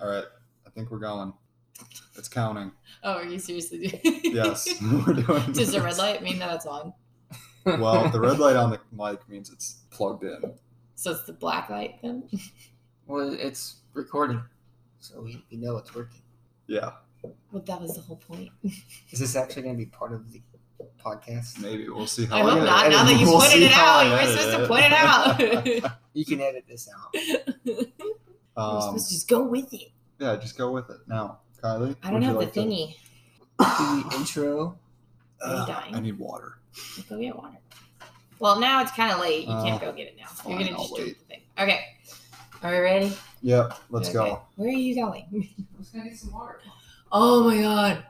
All right. I think we're going. It's counting. Oh, are you seriously doing? Yes. we're doing Does the red this. light mean that it's on? Well, the red light on the mic means it's plugged in. So it's the black light then? Well, it's recording, so we, we know it's working. Yeah, Well, that was the whole point. Is this actually going to be part of the podcast? maybe. We'll see how I I hope edit not. it. Now that you We'll pointed see it how I out, you were edit supposed to it. point it out. You can edit this out. You're um, supposed to just go with it. yeah, just go with it. Now, Kylie. I would don't you have like the to- thingy. The intro. Are you Ugh, dying? Uh, I need water. Let's Go get water. Well, now it's kind of late. You can't Oh, go get it now. You're fine, gonna I'll just drink the thing. Okay. Are you ready? Yep, let's Okay. go. Where are you going? I'm just going to get some water. Oh my god.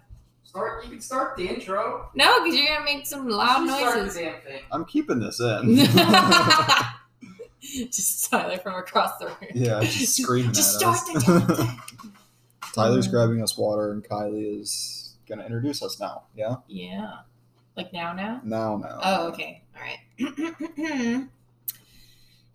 Start. You can start the intro. No, because you're gonna make some loud noises. damn thing. I'm keeping this in. just Tyler from across the room. yeah, just screaming Just at start us. the damn thing. Tyler's grabbing us water, and Kylie is gonna introduce us now. Yeah, Yeah. Like now, now? now, now. Oh, okay. All right.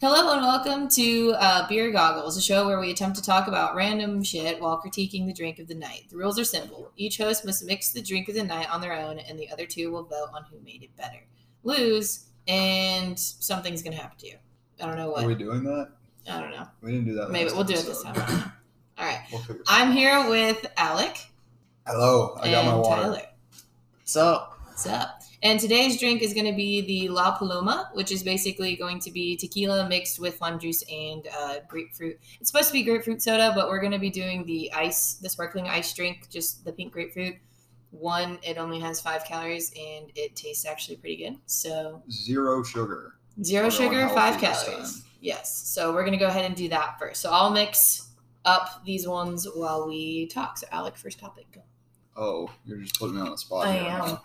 Hello and welcome to uh, Beer Goggles, a show where we attempt to talk about random shit while critiquing the drink of the night. The rules are simple. Each host must mix the drink of the night on their own, and the other two will vote on who made it better. Lose, and something's going to happen to you. I don't know what. Are we doing that? I don't know. We didn't do that. Maybe last we'll do it this episode. time. I don't know. All right. We'll figure. I'm here with Alec Hello, I got and my water. Tyler. So, What's up? And today's drink is going to be the La Paloma, which is basically going to be tequila mixed with lime juice and uh, grapefruit. It's supposed to be grapefruit soda, but we're going to be doing the ice, the sparkling ice drink, just the pink grapefruit. One, it only has five calories and it tastes actually pretty good. So Zero sugar. zero We're going sugar, healthy five this calories. time. Yes. So we're going to go ahead and do that first. So I'll mix up these ones while we talk. So, Alec, first topic, go. Oh, you're just putting me on the spot. I here, am.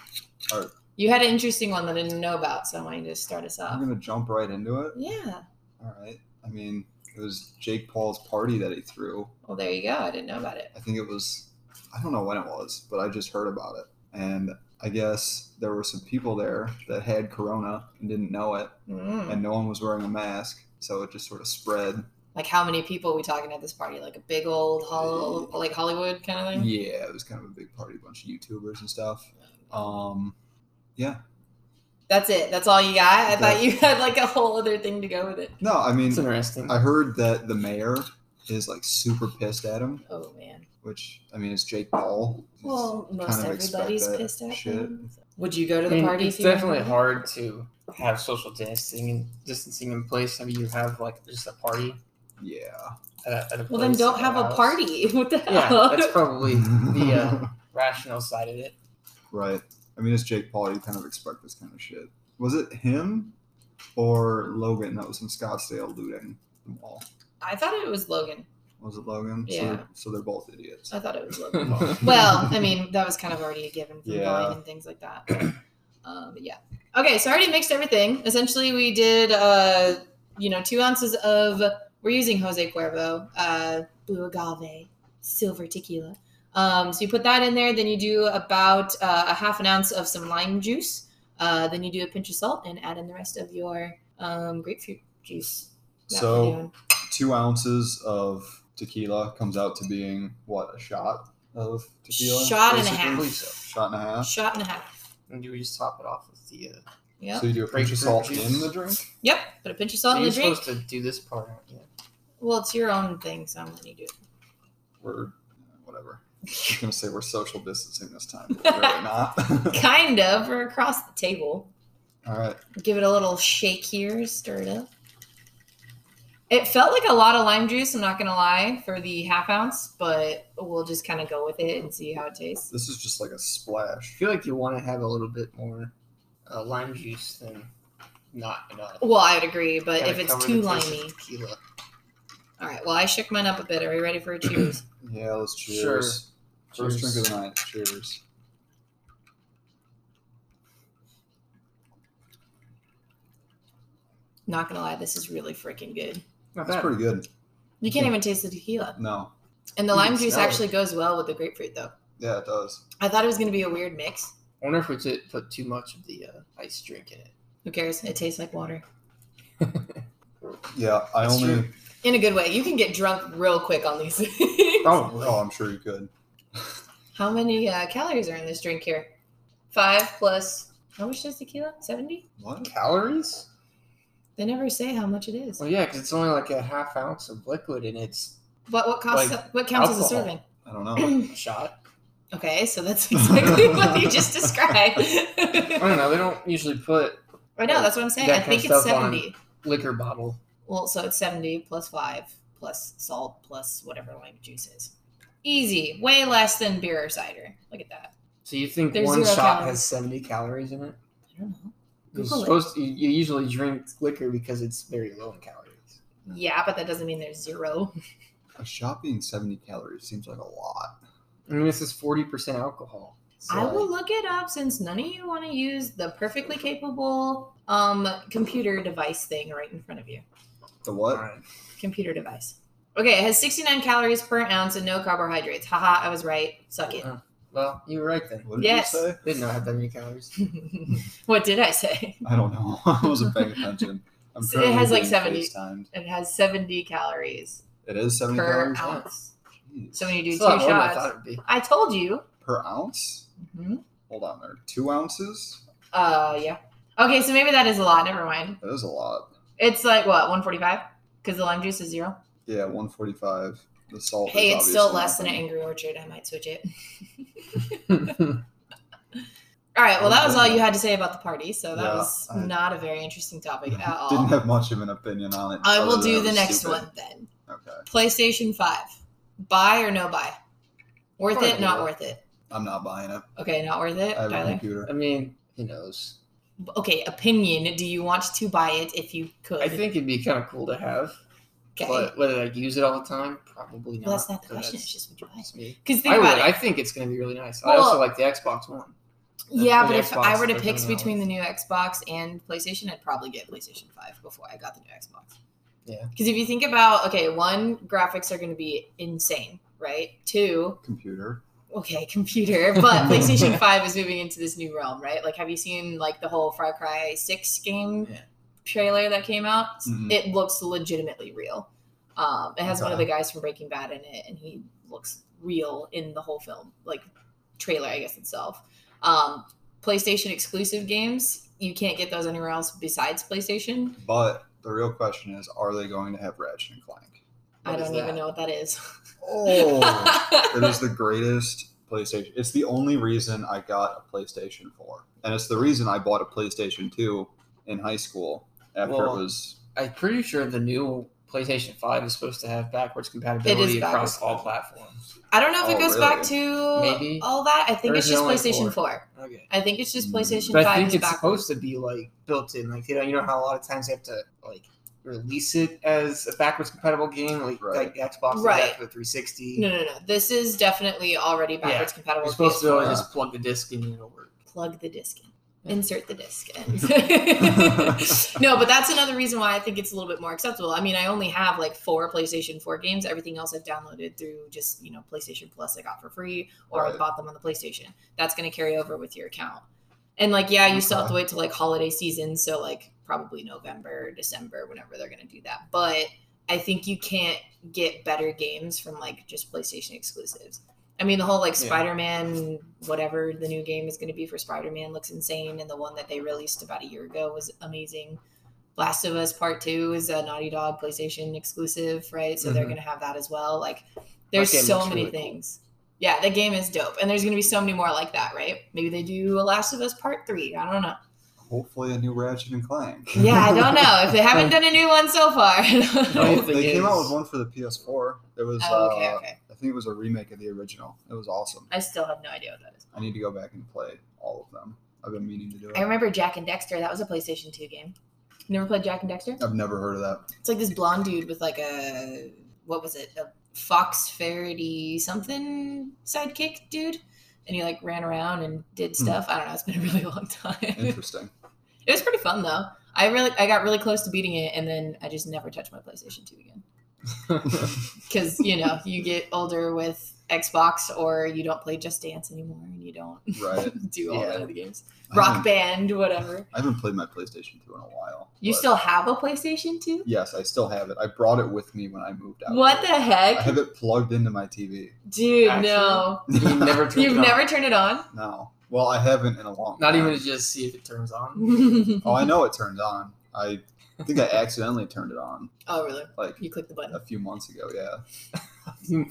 huh? You had an interesting one that I didn't know about, so I wanted to start us I'm off. gonna jump right into it. Yeah. All right. I mean, it was Jake Paul's party that he threw. Well, there you go. I didn't know about it. I think it was, I don't know when it was, but I just heard about it. And I guess there were some people there that had corona and didn't know it, Mm. and no one was wearing a mask, so it just sort of spread. Like, how many people are we talking at this party? Like a big old hollow, like Hollywood kind of thing. Yeah, it was kind of a big party, bunch of YouTubers and stuff. Um, yeah. That's it. That's all you got. I That- thought you had like a whole other thing to go with it. No, I mean, it's interesting. I heard that the mayor is like super pissed at him, Oh man. which I mean, it's Jake Paul. It's- Well, most kind of expect everybody's that pissed at shit. them. Would you go to I the mean, party? it's if you definitely had- hard to have social distancing and distancing in place. I mean, you have like just a party yeah. at a, at a Well, then place, don't at have a house. party. What the Yeah, hell? that's probably the uh, rational side of it. Right. I mean, it's Jake Paul. You kind of expect this kind of shit. Was it him or Logan that was in Scottsdale looting the mall? I thought it was Logan. Was it Logan? So, Yeah. they're, so they're both idiots. I thought it was Logan. Uh, well, I mean, that was kind of already a given from Yeah. going and things like that. Um, but yeah. Okay, so I already mixed everything. Essentially, we did, uh, you know, two ounces of, we're using Jose Cuervo, uh, blue agave, silver tequila. Um, so you put that in there, then you do about uh, a half an ounce of some lime juice. Uh, then you do a pinch of salt and add in the rest of your um, grapefruit juice. that we're So doing. two ounces of tequila comes out to being what a shot of tequila. Shot and a basically? half. Shot and a half. shot and a half. And you would just top it off with the. Uh, Yep. So you do a pinch of Grapefruit salt juice. in the drink. yep. Put a pinch of salt in you're the drink. supposed to do this part, aren't you? Well, it's your own thing, so I'm gonna do it. We're whatever. I was gonna say we're social distancing this time. But we're really not. Kind of. We're across the table. All right. Give it a little shake here, stir it up. It felt like a lot of lime juice, I'm not gonna lie, for the half ounce, but we'll just kind of go with it and see how it tastes. This is just like a I splash. feel like you want to have a little bit more uh, lime juice than not enough. Well, I would agree, but Kinda if it's cover too the taste of limey. tequila. All right, well, I shook mine up a bit. Are we ready for a cheers? Yeah. Let's cheers. Sure. First Cheers. drink of the night. Cheers. not gonna lie, this is really freaking good. Not That's bad. pretty good. You can't even taste the tequila. No. And the You can lime juice smell it. actually goes well with the grapefruit, though. Yeah, it does. I thought it was gonna be a weird mix. I wonder if we did put too much of the uh, ice drink in it. Who cares? It tastes like water. Yeah, I That's only true. in a good way. You can get drunk real quick on these things. Oh, oh, I'm sure you could. How many uh, calories are in this drink here? Five plus how much does tequila? Seventy? What? Calories? They never say how much it is. Well, yeah, because it's only like a half ounce of liquid in its What what costs? what counts as a alcohol. serving? I don't know. shot. Okay, so that's exactly what you just described. I don't know. They don't usually put I know that's what I'm saying. That I think kind of it's stuff on- seventy. liquor bottle. Well, so it's 70 plus 5 plus salt plus whatever lime juice is. Easy. Way less than beer or cider. Look at that. So you think There's one zero shot calories. has seventy calories in it? I don't know. You're Google it. supposed to, you you usually drink liquor because it's very low in calories. Yeah, but that doesn't mean there's zero. A shot being 70 calories seems like a lot. I mean, this is forty percent alcohol. So I will look it up since none of you want to use the perfectly capable um, computer device thing right in front of you. The what? Alright. Computer device. Okay, it has 69 calories per ounce and no carbohydrates. Haha, I was right. Suck it. Well, you were right then. What did Yes. you say? Didn't know I had that many calories. what did I say? I don't know. I wasn't paying attention. I'm So it has, currently like, being FaceTimed. 70. It has 70 calories It is 70 per calories. Oh, ounce. Jeez. So when you do It's two a lot more than I shots, thought it would be. I told you. Mm-hmm. per ounce? Hold on there. Two ounces? Uh, yeah. Okay, so maybe that is a lot. Never mind. That is a lot. It's like what 145 because the lime juice is zero. Yeah, 145. The salt. Hey, is it's still obviously less than an nothing. Angry Orchard. I might switch it. All right. Well, that was all you had to say about the party, so that Yeah, was I- not a very interesting topic at Didn't all. have much of an opinion on it. I other will than do it the was next stupid. one then. Okay. PlayStation Five, buy or no buy? Worth Probably it? Not not. worth it. I'm not buying it. Okay, not worth it. I have a Tyler. computer. I mean, who knows? Okay, opinion. Do you want to buy it if you could? I think it'd be kind of cool to have, Okay. but whether I use it all the time, probably not. well, that's not the So question. It's that's- just would you buy it? that's me. Because think I would. about it. I think it's going to be really nice. I Well- also like the Xbox One. Yeah, the but if Xbox I were to they're pick coming out between the with. new Xbox and PlayStation, I'd probably get PlayStation 5 before I got the new Xbox. Yeah. Because if you think about, okay, one, graphics are going to be insane, right? Two, Computer. okay, computer, but PlayStation 5 is moving into this new realm, right? Like, have you seen, like, the whole Far Cry 6 game Yeah. Mm-hmm. trailer that came out? Mhm. It looks legitimately real. Um, it has one of Okay. the guys from Breaking Bad in it, and he looks real in the whole film, like trailer, I guess itself. Um, PlayStation exclusive games, you can't get those anywhere else besides PlayStation. But the real question is, are they going to have Ratchet and Clank? I What is don't that? even know what that is. Oh, it is the greatest PlayStation. It's the only reason I got a PlayStation 4, and it's the reason I bought a PlayStation 2 in high school after Well, it was. I'm pretty sure the new PlayStation 5 is supposed to have backwards compatibility backwards across all platforms. I don't know if it Oh, goes really? back to Maybe. all that. I think Or it's is it just only PlayStation 4. four? Okay. I think it's just Mm. PlayStation But 5 I think is it's backwards. supposed to be like built in. Like you know, you know how a lot of times they have to like release it as a backwards compatible game, like Right. like Xbox Right. did that for the 360. No, no, no. This is definitely already backwards compatible. You're with supposed to PS4. always just plug the disc in and it'll work. plug the disc in. Yeah. Insert the disc in. no, but that's another reason why I think it's a little bit more acceptable. I mean, I only have like four PlayStation 4 games. Everything else I've downloaded through just, you know, PlayStation Plus I got for free or I Right. bought them on the PlayStation. That's going to carry over with your account. And like, yeah, you still have to wait till like holiday season. So, like, probably November, December, whenever they're going to do that. But I think you can't get better games from like just PlayStation exclusives. I mean, the whole like Yeah. Spider Man, whatever the new game is going to be for Spider Man, looks insane. And the one that they released about a year ago was amazing. Last of Us Part 2 is a Naughty Dog PlayStation exclusive, right? So they're Mhm. going to have that as well. Like, there's game so looks many really cool. things. Yeah, the game is dope. And there's going to be so many more like that, right? Maybe they do a Last of Us Part 3. I don't know. Hopefully, a new Ratchet and Clank. Yeah, I don't know. If they haven't done a new one so far. No, Oh, I think they came out it's- with one for the PS4. It was, oh, okay, uh, okay. I think it was a remake of the original. It was awesome. I still have no idea what that is. I need to go back and play all of them. I've been meaning to do I it. remember Jack and Dexter. That was a PlayStation 2 game. You never played Jack and Dexter? I've never heard of that. It's like this blonde dude with like a what was it? A Fox Faraday something sidekick dude. And he like ran around and did stuff. I don't know. It's been a really long time. it Hmm. Interesting. was pretty fun though. I really I got really close to beating it and then I just never touched my PlayStation 2 again. because you know you get older with Xbox or you don't play Just Dance anymore and you don't right. do all Yeah. the other games. I Rock haven't- Band, whatever. I haven't played my PlayStation 2 in a while. You but- still have a PlayStation 2? Yes, I still have it. I brought it with me when I moved out. What the I heck, have it plugged into my TV. dude? Actually, no, You never turn you've it on. never turned it on. No. Well, I haven't in a long Not time. even to just see if it turns on. Oh, I know it turned on. I think I accidentally turned it on oh, really? like You click the button. a few months ago. Yeah.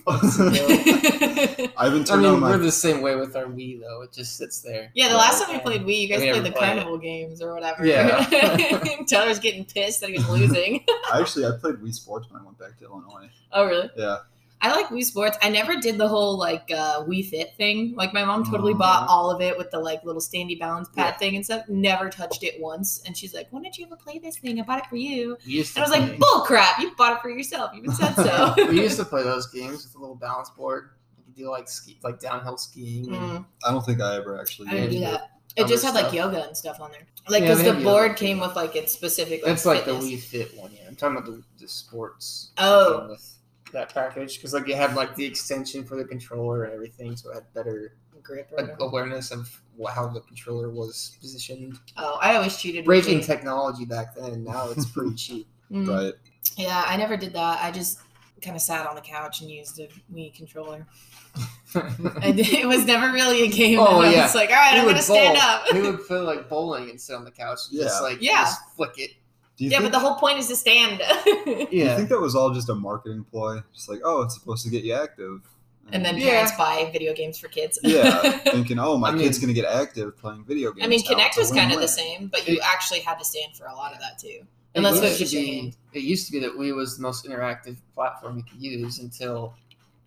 I I haven't turned mean, on my. we're the same way with our Wii though. It just sits there. yeah, the last time we played Wii, you guys I mean, played the everybody- carnival games or whatever. Yeah. Tyler's getting pissed that he was losing. Actually, I played Wii Sports when I went back to Illinois. oh, really? Yeah. I like Wii Sports. I never did the whole like uh, Wii Fit thing. Like my mom totally Mm-hmm. Mhm. bought all of it with the like little standy balance pad thing and stuff. Never touched it once. And she's like, "Why don't you ever play this thing? I bought it for you." We used to And I was like, play- "Bull crap! You bought it for yourself. You even said so." we used to play those games with a little balance board. You could do like ski, like downhill skiing. and- Mm, I don't think I ever actually. I didn't do used it. that. It Other just had like stuff. yoga and stuff on there. Like Yeah, because they the have board yoga. came with like its specific. Like, That's like fitness. the Wii Fit one. Yeah, I'm talking about the, the sports. Oh. thing with that package because like it had like the extension for the controller and everything, so it had better grip. Or like, whatever. awareness of wh- how the controller was positioned. Oh, I always cheated. with Breaking it. technology back then. Now it's pretty cheap. Mm. Right. Yeah, I never did that. I just kind of sat on the couch and used the Wii controller. I did- it was never really a game. Oh, that I yeah. was like, all right, We I'm would gonna stand bowl. up. we would play like bowling and sit on the couch and Yeah. just like Yeah. just flick it. Do you Yeah, think, but the whole point is to stand. do you Yeah. think that was all just a marketing ploy? Just like, oh, it's supposed to get you active. and then Yeah. parents buy video games for kids. yeah, thinking, oh, my I kid's mean- gonna get active playing video games. I mean, now. It's Connect a was kind of the win-win. same, but you It- actually had to stand for a lot of that too. It Unless used it was to be- shamed. it used to be that Wii was the most interactive platform you could use until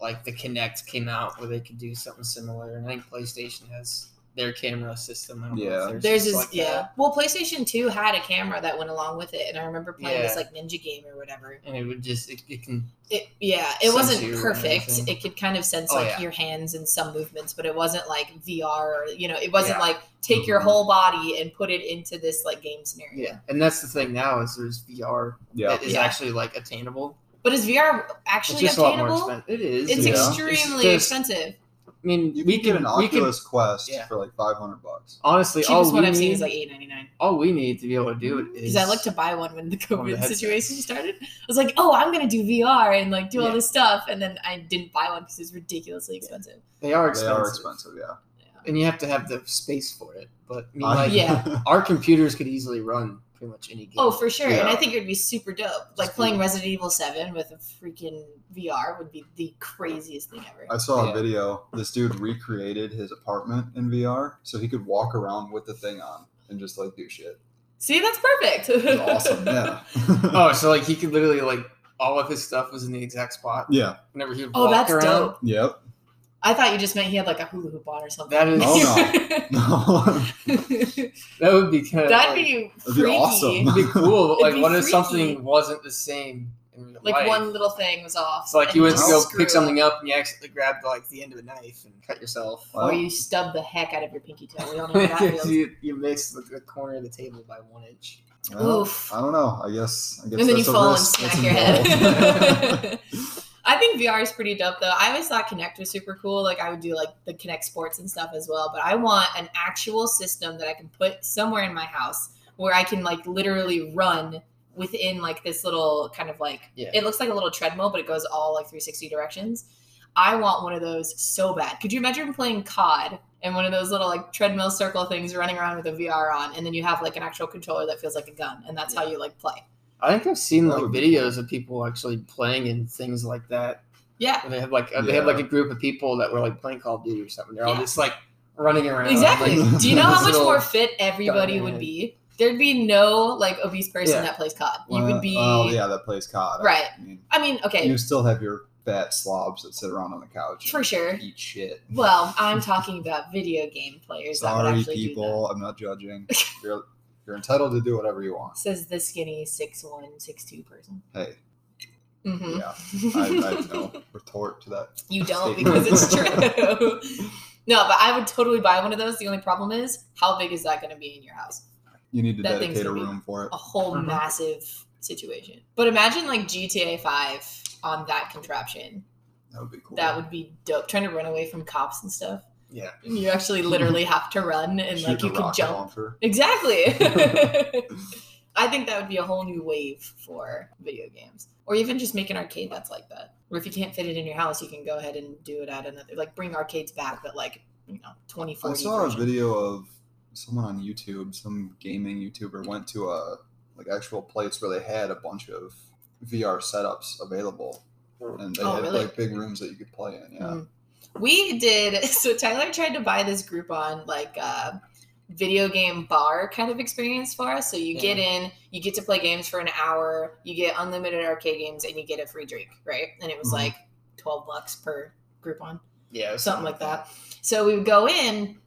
like the Kinect came out where they could do something similar. And I think PlayStation has their camera system. I don't know if Yeah. There's just just like yeah. that. Well, PlayStation Two had a camera that went along with it, and I remember playing this Yeah. like ninja game or whatever. And it would just it, it can It yeah, it Sense wasn't you or perfect. anything. It could kind of sense Oh, like yeah. your hands and some movements, but it wasn't like VR. Or, you know, it wasn't Yeah. Mm-hmm. like take your Mhm. whole body and put it into this like game scenario. yeah. And that's the thing now is there's VR Yeah, that is Yeah. actually like attainable. But is VR It's actually just a lot more obtainable? expensive. It is. It's Yeah. extremely It's just- expensive. I mean, you we can get an we could- Oculus Quest yeah. for like five hundred bucks. honestly, all Cheapest we one I've need, seen is like eight ninety nine. all we need to be able to do is Because I looked to buy one when the On the COVID headset. situation started. I was like, oh, I'm gonna do VR and like do all Yeah. this stuff, and then I didn't buy one because it's ridiculously expensive. They are They expensive. are expensive. Yeah. and you have to have the space for it. But I mean, I- like, Yeah. our computers could easily run pretty much any game. Oh, for sure. And I Yeah. think it would be super dope. Like Just playing do it. Resident Evil 7 with a freaking VR would be the craziest thing ever. I saw Yeah. a video. This dude recreated his apartment in VR, so he could walk around with the thing on and just like do shit. See, that's perfect. It was awesome. Yeah. Oh, so like he could literally like all of his stuff was in the exact spot. yeah. Whenever he would Oh, walk that's around, dope. Yep. I thought you just meant he had like a hula hoop on or something. That is- Oh, No. that would be kind of That'd be That'd be freaky. awesome. be cool. But It'd like, be what if freaky. something wasn't the same? In real Like life? one little thing was off. It's like and you went to just go screwed. pick something up and you accidentally grabbed like the end of a knife and cut yourself. Or Well, you stub the heck out of your pinky toe. We all know how Oh, that feels. you, you mixed the, the corner of the table by one inch. well, Oof. I don't know. I guess. I guess and then you that's a fall and risk smack that's your involved. head. I think VR is pretty dope though. I always thought Connect was super cool. Like I would do like the Connect sports and stuff as well. But I want an actual system that I can put somewhere in my house where I can like literally run within like this little kind of like Yeah. it looks like a little treadmill, but it goes all like 360 directions. I want one of those so bad. Could you imagine playing COD and one of those little like treadmill circle things running around with a VR on, and then you have like an actual controller that feels like a gun, and that's how you like play. I think I've seen That like would be videos of people actually playing in things like that. Yeah, And they had like uh they had Yeah. like a group of people that were like playing Call of Duty or something. They're all Yeah. just like running around. Exactly. like, Do you know how this much Uh, little more fit everybody guy. would be? There'd be no like obese person Yeah. that plays COD. You Well, would be. Oh yeah, that plays COD. Right. I mean, I mean, okay, you still have your fat slobs that sit around on the couch. for and sure. Eat shit. Well, I'm talking about video game players that would Sorry, actually do people. I'm not judging. You're, you're entitled to do whatever you that. want. Says the skinny six one six two person. Hey, hmm yeah. I, I have no retort to that. you don't because statement. it's true. no, but I would totally buy one of those. The only problem is, how big is that going to be in your house? You need to That thing's dedicate a gonna be- room for it. A whole Mhm. massive situation. But imagine like GTA 5 on that contraption. That would be cool. That would be dope. Trying to run away from cops and stuff. Yeah. You actually literally have to run and Shoot like a you can rocket jump. launcher. Exactly. I think that would be a whole new wave for video games, or even just make an arcade that's like that. Or if you can't fit it in your house, you can go ahead and do it at another. Like bring arcades back, but like you know, twenty four. I saw a video of someone on YouTube, some gaming YouTuber went to a like actual place where they had a bunch of VR setups available, and they Oh, had really? like big rooms that you could play in. Yeah, Mm. We did. So Tyler tried to buy this Groupon like uh, video game bar kind of experience for us. So you Yeah. get in, you get to play games for an hour, you get unlimited arcade games, and you get a free drink, right? And it was Mhm. like twelve bucks per Groupon, Yeah, something like that. So we would go in.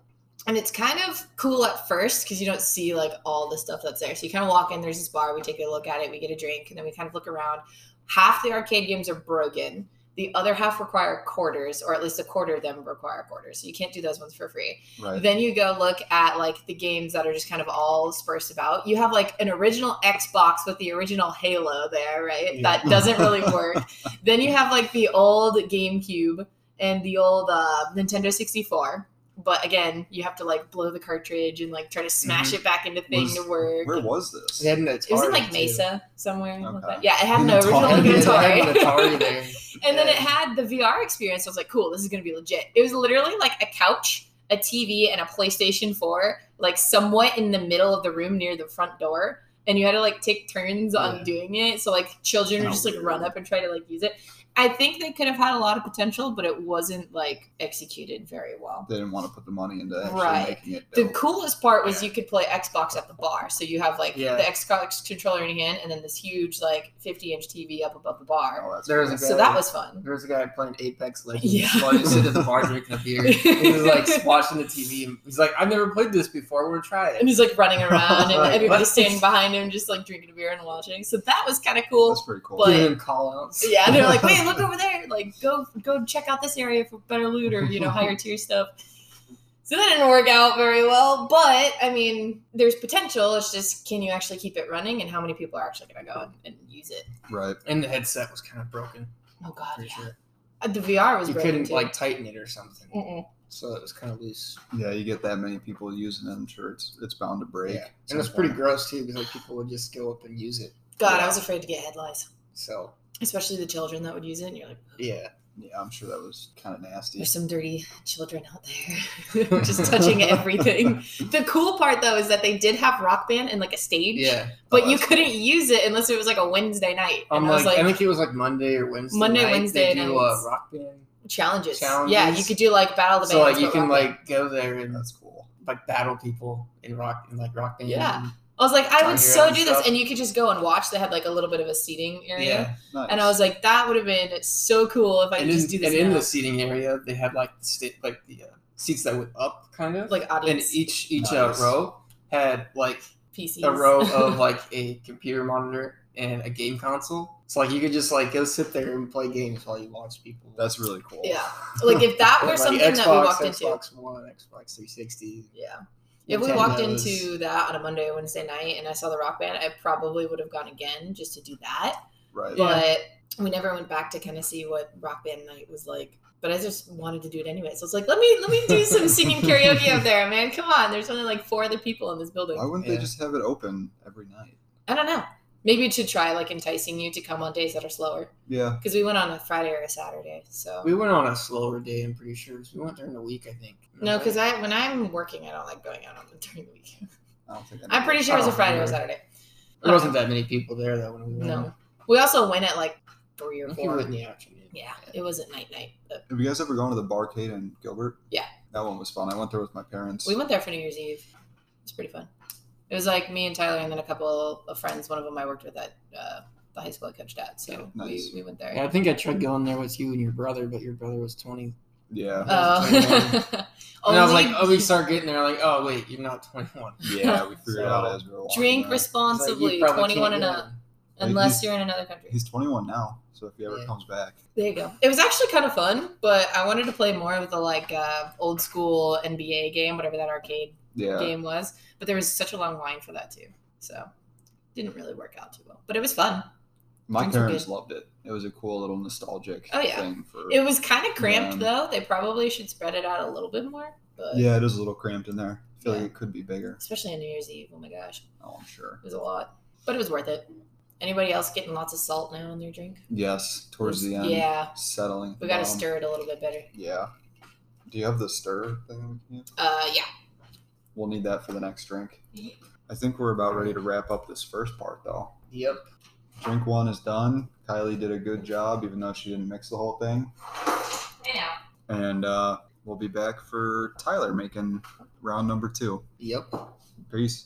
And it's kind of cool at first because you don't see like all the stuff that's there. So you kind of walk in, there's this bar, we take a look at it, we get a drink, and then we kind of look around. Half the arcade games are broken, the other half require quarters, or at least a quarter of them require quarters. So you can't do those ones for free. right. Then you go look at like the games that are just kind of all dispersed about. You have like an original Xbox with the original Halo there, right? Yeah. That doesn't really work. then you have like the old GameCube and the old uh, Nintendo 64. But again, you have to like blow the cartridge and like try to smash it back into thing Was- to work. Where was this? They had an it was in Mm-hmm. Atari, like too. Mesa somewhere. Like Okay. that. Yeah, it had In an Atari. original Yeah, Like they an had Atari. an Atari there. And then it Yeah. had the VR experience. I was like, cool, this is gonna be legit. It was literally like a couch, a TV, and a PlayStation 4, like somewhat in the middle of the room near the front door. And you had to like take turns on Yeah. doing it. So like children would How just like weird. run up and try to like use it. I think they could have had a lot of potential, but it wasn't like executed very well. They didn't want to put the money into actually Right. making it. The dope. coolest part was you could play Xbox at the bar. So you have like Yeah. the Xbox controller in your hand and then this huge like 50 inch TV up above the bar. Oh, that's There was cool. a So that was fun. There was a guy playing Apex Legends. Yeah. While he was sitting at the bar drinking a beer. He was like watching the TV. And he's like, I've never played this before. We're gonna try and it. he's like running around and Like, everybody's what? standing behind him just like drinking a beer and watching so that was kind of cool That's pretty cool. but- Giving him call outs. yeah they're like wait look over there like go go check out this area for better loot or you know higher tier stuff so that didn't work out very well but i mean there's potential it's just can you actually keep it running and how many people are actually going to go and, and use it right. And the headset was kind of broken. oh god For yeah. sure. Uh, the vr was You broken couldn't too. like tighten it or something. Mm-mm. So it was kind of loose. Yeah, you get that many people using it, I'm sure it's it's bound to break. Yeah. And it's pretty gross too because like people would just go up and use it. god i was afraid to get head lice So especially the children that would use it and you're like yeah. Yeah, I'm sure that was kind of nasty. There's some dirty children out there just touching everything. The cool part though is that they did have rock band and like a stage, Yeah. but Oh, you that's couldn't use it unless it was like a Wednesday night. I'm and I like, was like, I think it was like Monday or Wednesday. Monday, night, Wednesday They do uh, nights. rock band. challenges. Challenges. Yeah, you could do like battle of the So bands. like you but can rock band. like go there and That's cool. like battle people in rock in like rock band. Yeah. I was like, I on would your so own do stuff. this, and you could just go and watch. They had like a little bit of a seating area, Yeah. Nice. and I was like, that would have been so cool if I could And, just do in, this. and in now. the seating area, they had like the sta- like the uh, seats that went up, kind of. like and audience each each Nice. uh, row had like PCs, a row of like a computer monitor and a game console. So like you could just like go sit there and play games while you watch people. That's really cool. yeah, like if that But, were like, something Xbox, that we walked into, Xbox One, Xbox 360. yeah. If we walked Nintendos. into that on a Monday or Wednesday night and I saw the rock band, I probably would have gone again just to do that. Right. Yeah. But we never went back to kind of see what rock band night was like. But I just wanted to do it anyway. So it's like, let me let me do some singing karaoke up there, man. Come on. There's only like four other people in this building. Why wouldn't Yeah. they just have it open every night? I don't know. Maybe it should try like enticing you to come on days that are slower. Yeah. Because we went on a Friday or a Saturday. So we went on a slower day. I'm pretty sure 'cause we went during the week. I think. no, because I, I when I'm working, I don't like going out on the during the week. I don't think. I'm pretty sure it Oh, was a Friday or a Saturday. there wasn't that many people there though when we went. No, we also went at like three I or think we four. went in the afternoon. Yeah, it wasn't night night, but Have you guys ever gone to the barcade in Gilbert? Yeah. That one was fun. I went there with my parents. we went there for New Year's Eve. It was pretty fun. It was like me and Tyler, and then a couple of friends. One of them I worked with at uh, the high school I coached at, so Yeah, nice. we, we went Yeah, I there. think I tried going there with you and your brother, but your brother was 20. yeah. Oh, And I was like, Only oh, we start getting there. Like, oh, wait, you're not 21. Yeah. We figured So- it out as we were walking. around. drink It's like, you responsibly, probably twenty-one can't and go up, in. in. unless you're in another country. He's 21 now, so if he ever Yeah. comes back, There you go. It was actually kind of fun, but I wanted to play more of the like uh, old school NBA game, whatever that arcade yeah. game was. But there was such a long line for that too. So didn't really work out too well, but it was fun. My Drinks are parents loved it. It was a cool little nostalgic Oh, yeah. thing for. It was kind of cramped Um, though. They probably should spread it out a little bit more, but yeah, it is a little cramped in there. I feel Yeah. like it could be bigger. especially on New Year's Eve. Oh my gosh, Oh, I'm sure. it was a lot, but it was worth it. Anybody else getting lots of salt now in their drink? Yes, towards the end. Yeah, Settling. we got to Um, stir it a little bit better. Yeah. Do you have the stir thing we can use? Uh, yeah. We'll need that for the next drink. Yeah. I think we're about ready to wrap up this first part, though. Yep. Drink one is done. Kylie did a good job, even though she didn't mix the whole thing. I know. And uh, we'll be back for Tyler making round number two. Yep. Peace.